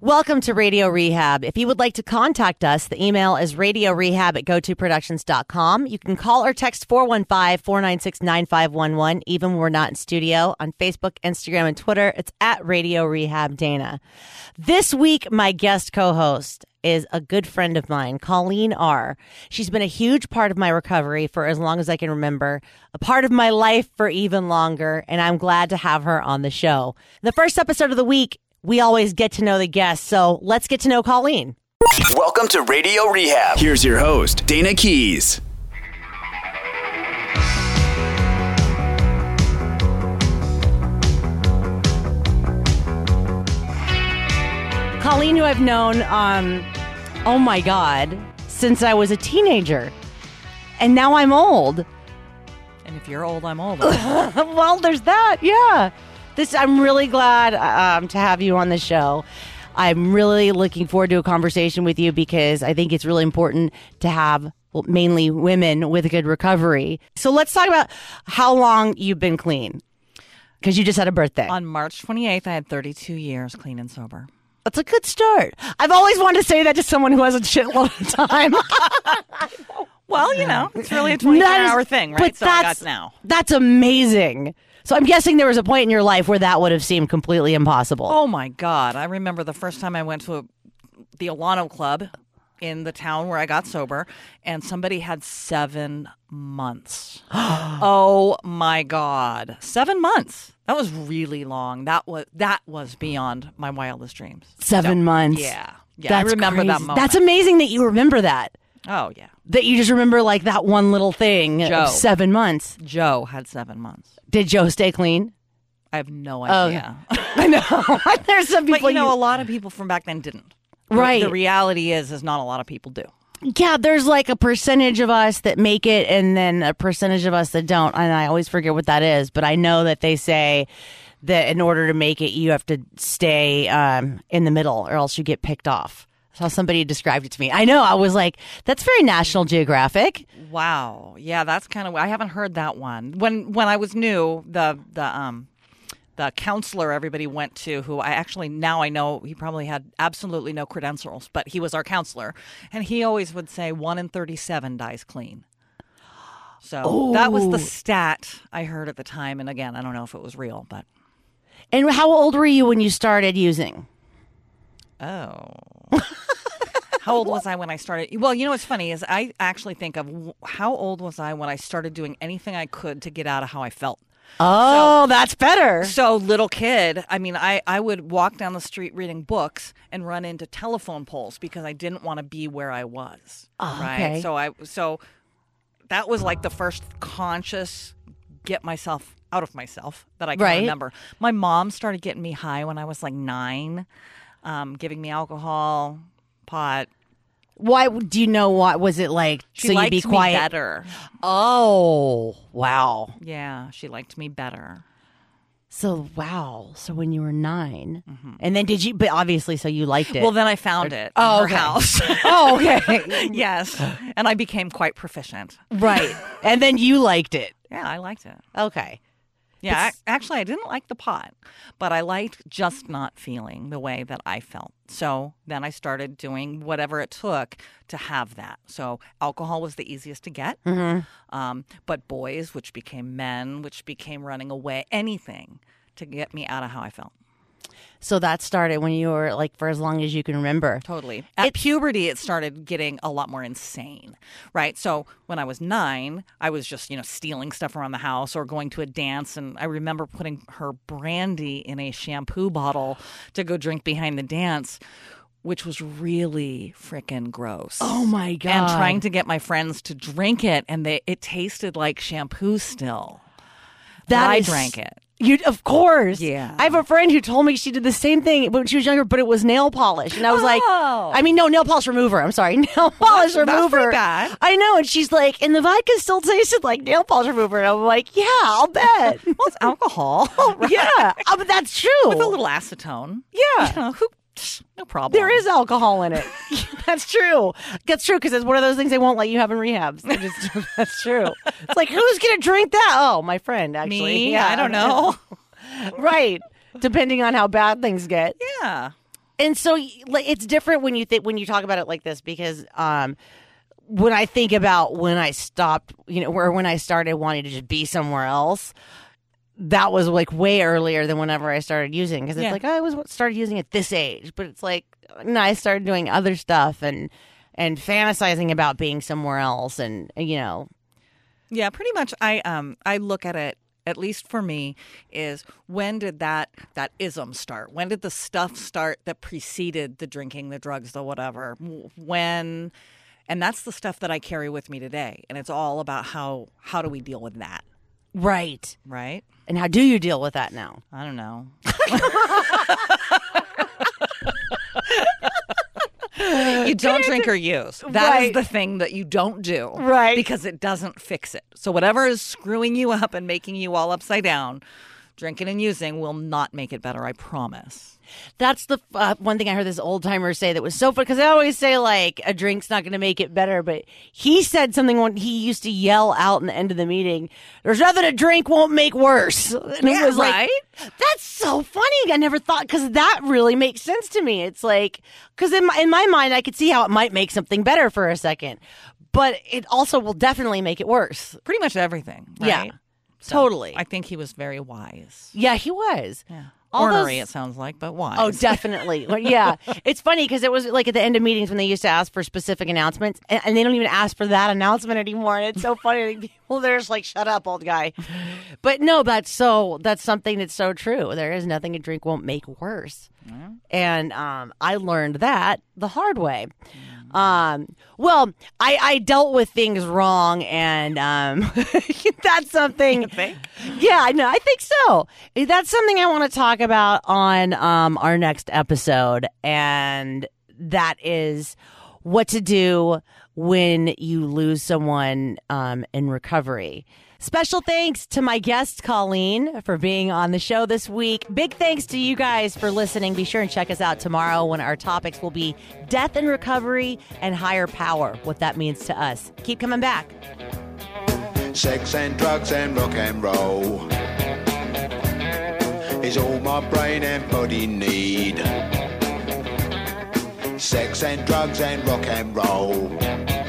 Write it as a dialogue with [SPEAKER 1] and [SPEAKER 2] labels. [SPEAKER 1] Welcome to Radio Rehab. If you would like to contact us, the email is radio rehab at gotoproductions.com. You can call or text 415 496 9511, even when we're not in studio, on Facebook, Instagram, and Twitter. It's at Radio Rehab Dana. This week, my guest co host is a good friend of mine, Colleen R. She's been a huge part of my recovery for as long as I can remember, a part of my life for even longer, and I'm glad to have her on the show. The first episode of the week we always get to know the guests. So let's get to know Colleen.
[SPEAKER 2] Welcome to Radio Rehab. Here's your host, Dana Keys.
[SPEAKER 1] Colleen, who I've known, um, oh my God, since I was a teenager. And now I'm old.
[SPEAKER 3] And if you're old, I'm old.
[SPEAKER 1] well, there's that. Yeah. This I'm really glad um, to have you on the show. I'm really looking forward to a conversation with you because I think it's really important to have well, mainly women with a good recovery. So let's talk about how long you've been clean because you just had a birthday.
[SPEAKER 3] On March 28th, I had 32 years clean and sober.
[SPEAKER 1] That's a good start. I've always wanted to say that to someone who has a shitload of time.
[SPEAKER 3] Well, you know, it's really a 24
[SPEAKER 1] That is-
[SPEAKER 3] hour thing, right?
[SPEAKER 1] But
[SPEAKER 3] so I
[SPEAKER 1] that's
[SPEAKER 3] got now.
[SPEAKER 1] That's amazing. So I'm guessing there was a point in your life where that would have seemed completely impossible.
[SPEAKER 3] Oh my God. I remember the first time I went to a, the Alano Club in the town where I got sober, and somebody had seven months. oh my God. Seven months. That was really long. That was that was beyond my wildest dreams.
[SPEAKER 1] Seven months.
[SPEAKER 3] Yeah. Yeah.
[SPEAKER 1] That's
[SPEAKER 3] I remember that
[SPEAKER 1] crazy.
[SPEAKER 3] moment.
[SPEAKER 1] That's amazing that you remember that.
[SPEAKER 3] oh yeah.
[SPEAKER 1] That you just remember like that one little thing
[SPEAKER 3] Joe.
[SPEAKER 1] of seven months.
[SPEAKER 3] Joe had seven months.
[SPEAKER 1] Did Joe stay clean?
[SPEAKER 3] I have
[SPEAKER 1] Oh,
[SPEAKER 3] no idea.
[SPEAKER 1] I know. There's some
[SPEAKER 3] But
[SPEAKER 1] people
[SPEAKER 3] you know, a lot of people from back then didn't. The-
[SPEAKER 1] Right.
[SPEAKER 3] The reality is, is not a lot of people do.
[SPEAKER 1] Yeah, there's like a percentage of us that make it and then a percentage of us that don't. And I always forget what that is, but I know that they say that in order to make it, you have to stay um, in the middle or else you get picked off. That's how somebody described it to me. I know. I was like, that's very National Geographic.
[SPEAKER 3] Wow. Yeah, that's kind of. I haven't heard that one. When when I was new, the the um the counselor everybody went to, who I actually now I know he probably had absolutely no credentials, but he was our counselor, and he always would say one in thirty seven dies clean. So that was the stat I heard at the time, and again, I don't know if it was real, but
[SPEAKER 1] And how old were you when you started using?
[SPEAKER 3] Oh. how old was I when I started? Well, you know what's funny is I actually think of w- how old was I when I started doing anything I could to get out of how I felt.
[SPEAKER 1] Oh, that's better.
[SPEAKER 3] So little kid, I mean, I, I would walk down the street reading books and run into telephone poles because I didn't want to be where I was.
[SPEAKER 1] Oh,
[SPEAKER 3] right.
[SPEAKER 1] okay.
[SPEAKER 3] So I so that was like the first conscious get myself out of myself that I can
[SPEAKER 1] Right.
[SPEAKER 3] remember. My mom started getting me high when I was like nine, um, giving me alcohol, pot.
[SPEAKER 1] Why do you know what was it like?
[SPEAKER 3] She
[SPEAKER 1] so
[SPEAKER 3] liked
[SPEAKER 1] you'd be
[SPEAKER 3] me
[SPEAKER 1] quiet.
[SPEAKER 3] better.
[SPEAKER 1] Oh, wow.
[SPEAKER 3] Yeah, she liked me better.
[SPEAKER 1] So wow. So when you were 9 and then did you? But obviously, so you liked it.
[SPEAKER 3] Well, then I found it.
[SPEAKER 1] Oh,
[SPEAKER 3] in
[SPEAKER 1] okay.
[SPEAKER 3] her house.
[SPEAKER 1] oh, okay,
[SPEAKER 3] yes, and I became quite proficient.
[SPEAKER 1] right. And then you liked it.
[SPEAKER 3] Yeah, I liked it.
[SPEAKER 1] Okay.
[SPEAKER 3] Yeah, ac actually, I didn't like the pot, but I liked just not feeling the way that I felt. So then I started doing whatever it took to have that. So alcohol was the easiest to get, um, but boys, which became men, which became running away, anything to get me out of how I felt.
[SPEAKER 1] So that started when you were like for as long as you can remember.
[SPEAKER 3] Totally. At puberty, it started getting a lot more insane, right? So when I was nine, I was just, you know, stealing stuff around the house or going to a dance. And I remember putting her brandy in a shampoo bottle to go drink behind the dance, which was really freaking gross.
[SPEAKER 1] Oh my god.
[SPEAKER 3] And trying to get my friends to drink it, and they it tasted like shampoo still.
[SPEAKER 1] That
[SPEAKER 3] But I
[SPEAKER 1] is-
[SPEAKER 3] drank it.
[SPEAKER 1] You of course.
[SPEAKER 3] Yeah.
[SPEAKER 1] I have a friend who told me she did the same thing when she was younger, but it was nail polish, and I was like,
[SPEAKER 3] Oh.
[SPEAKER 1] I mean, no nail polish remover. I'm sorry, nail polish
[SPEAKER 3] that's pretty
[SPEAKER 1] remover.
[SPEAKER 3] bad.
[SPEAKER 1] I know. And she's like, and the vodka still tasted like nail polish remover, and I'm like, yeah, I'll bet.
[SPEAKER 3] Well, it's alcohol.
[SPEAKER 1] Yeah, uh, but that's true.
[SPEAKER 3] With a little acetone.
[SPEAKER 1] Yeah.
[SPEAKER 3] You know, who, psh, no problem.
[SPEAKER 1] There is alcohol in it. that's true. That's true because it's one of those things they won't let you have in rehabs. They just- that's true. It's like who's gonna drink that? Oh, my friend. Actually,
[SPEAKER 3] Me? I don't know.
[SPEAKER 1] right. Depending on how bad things get.
[SPEAKER 3] Yeah.
[SPEAKER 1] and so y- like, it's different when you think when you talk about it like this because um when i think about when i stopped you know or when i started wanting to just be somewhere else that was like way earlier than whenever i started using because it's
[SPEAKER 3] Yeah.
[SPEAKER 1] like "Oh, i was started using at this age but it's like no i started doing other stuff and and fantasizing about being somewhere else and you know
[SPEAKER 3] Yeah, pretty much. I um I look at it at least for me is when did that that ism start? When did the stuff start that preceded the drinking, the drugs, the whatever? W- When and that's the stuff that I carry with me today, and it's all about how how do we deal with that,
[SPEAKER 1] right
[SPEAKER 3] right?
[SPEAKER 1] and how do you deal with that now
[SPEAKER 3] I don't know. you don't drink or use. That is
[SPEAKER 1] Right.
[SPEAKER 3] the thing that you don't do.
[SPEAKER 1] Right.
[SPEAKER 3] Because it doesn't fix it. So whatever is screwing you up and making you all upside down, drinking and using will not make it better, I promise.
[SPEAKER 1] That's the uh, one thing I heard this old timer say that was so funny because I always say like a drink's not going to make it better, but he said something when he used to yell out in the end of the meeting. There's nothing a drink won't make worse, and
[SPEAKER 3] Yeah,
[SPEAKER 1] it was like,
[SPEAKER 3] right?
[SPEAKER 1] that's so funny. I never thought because that really makes sense to me. It's like because in my, in my mind I could see how it might make something better for a second, but it also will definitely make it worse.
[SPEAKER 3] Pretty much everything.
[SPEAKER 1] Yeah.
[SPEAKER 3] right?
[SPEAKER 1] Totally.
[SPEAKER 3] I think he was very wise.
[SPEAKER 1] yeah, he was.
[SPEAKER 3] Yeah.
[SPEAKER 1] All those-
[SPEAKER 3] Ornery, it sounds like, but wise.
[SPEAKER 1] Oh, definitely. Well, yeah. It's funny because it was like at the end of meetings when they used to ask for specific announcements, and, and they don't even ask for that announcement anymore. And it's so funny. Like, people, they're just like, shut up, old guy. But no, that's so, that's something that's so true. There is nothing a drink won't make worse. And um, I learned that the hard way. Um, well, I, I dealt with things wrong, and um, that's something. Yeah, I know. I think so. That's something I want to talk about on um, our next episode, and that is what to do when you lose someone um, in recovery. Special thanks to my guest, Colleen, for being on the show this week. Big thanks to you guys for listening. Be sure and check us out tomorrow when our topics will be death and recovery and higher power, what that means to us. Keep coming back.
[SPEAKER 4] Sex and drugs and rock and roll is all my brain and body need. Sex and drugs and rock and roll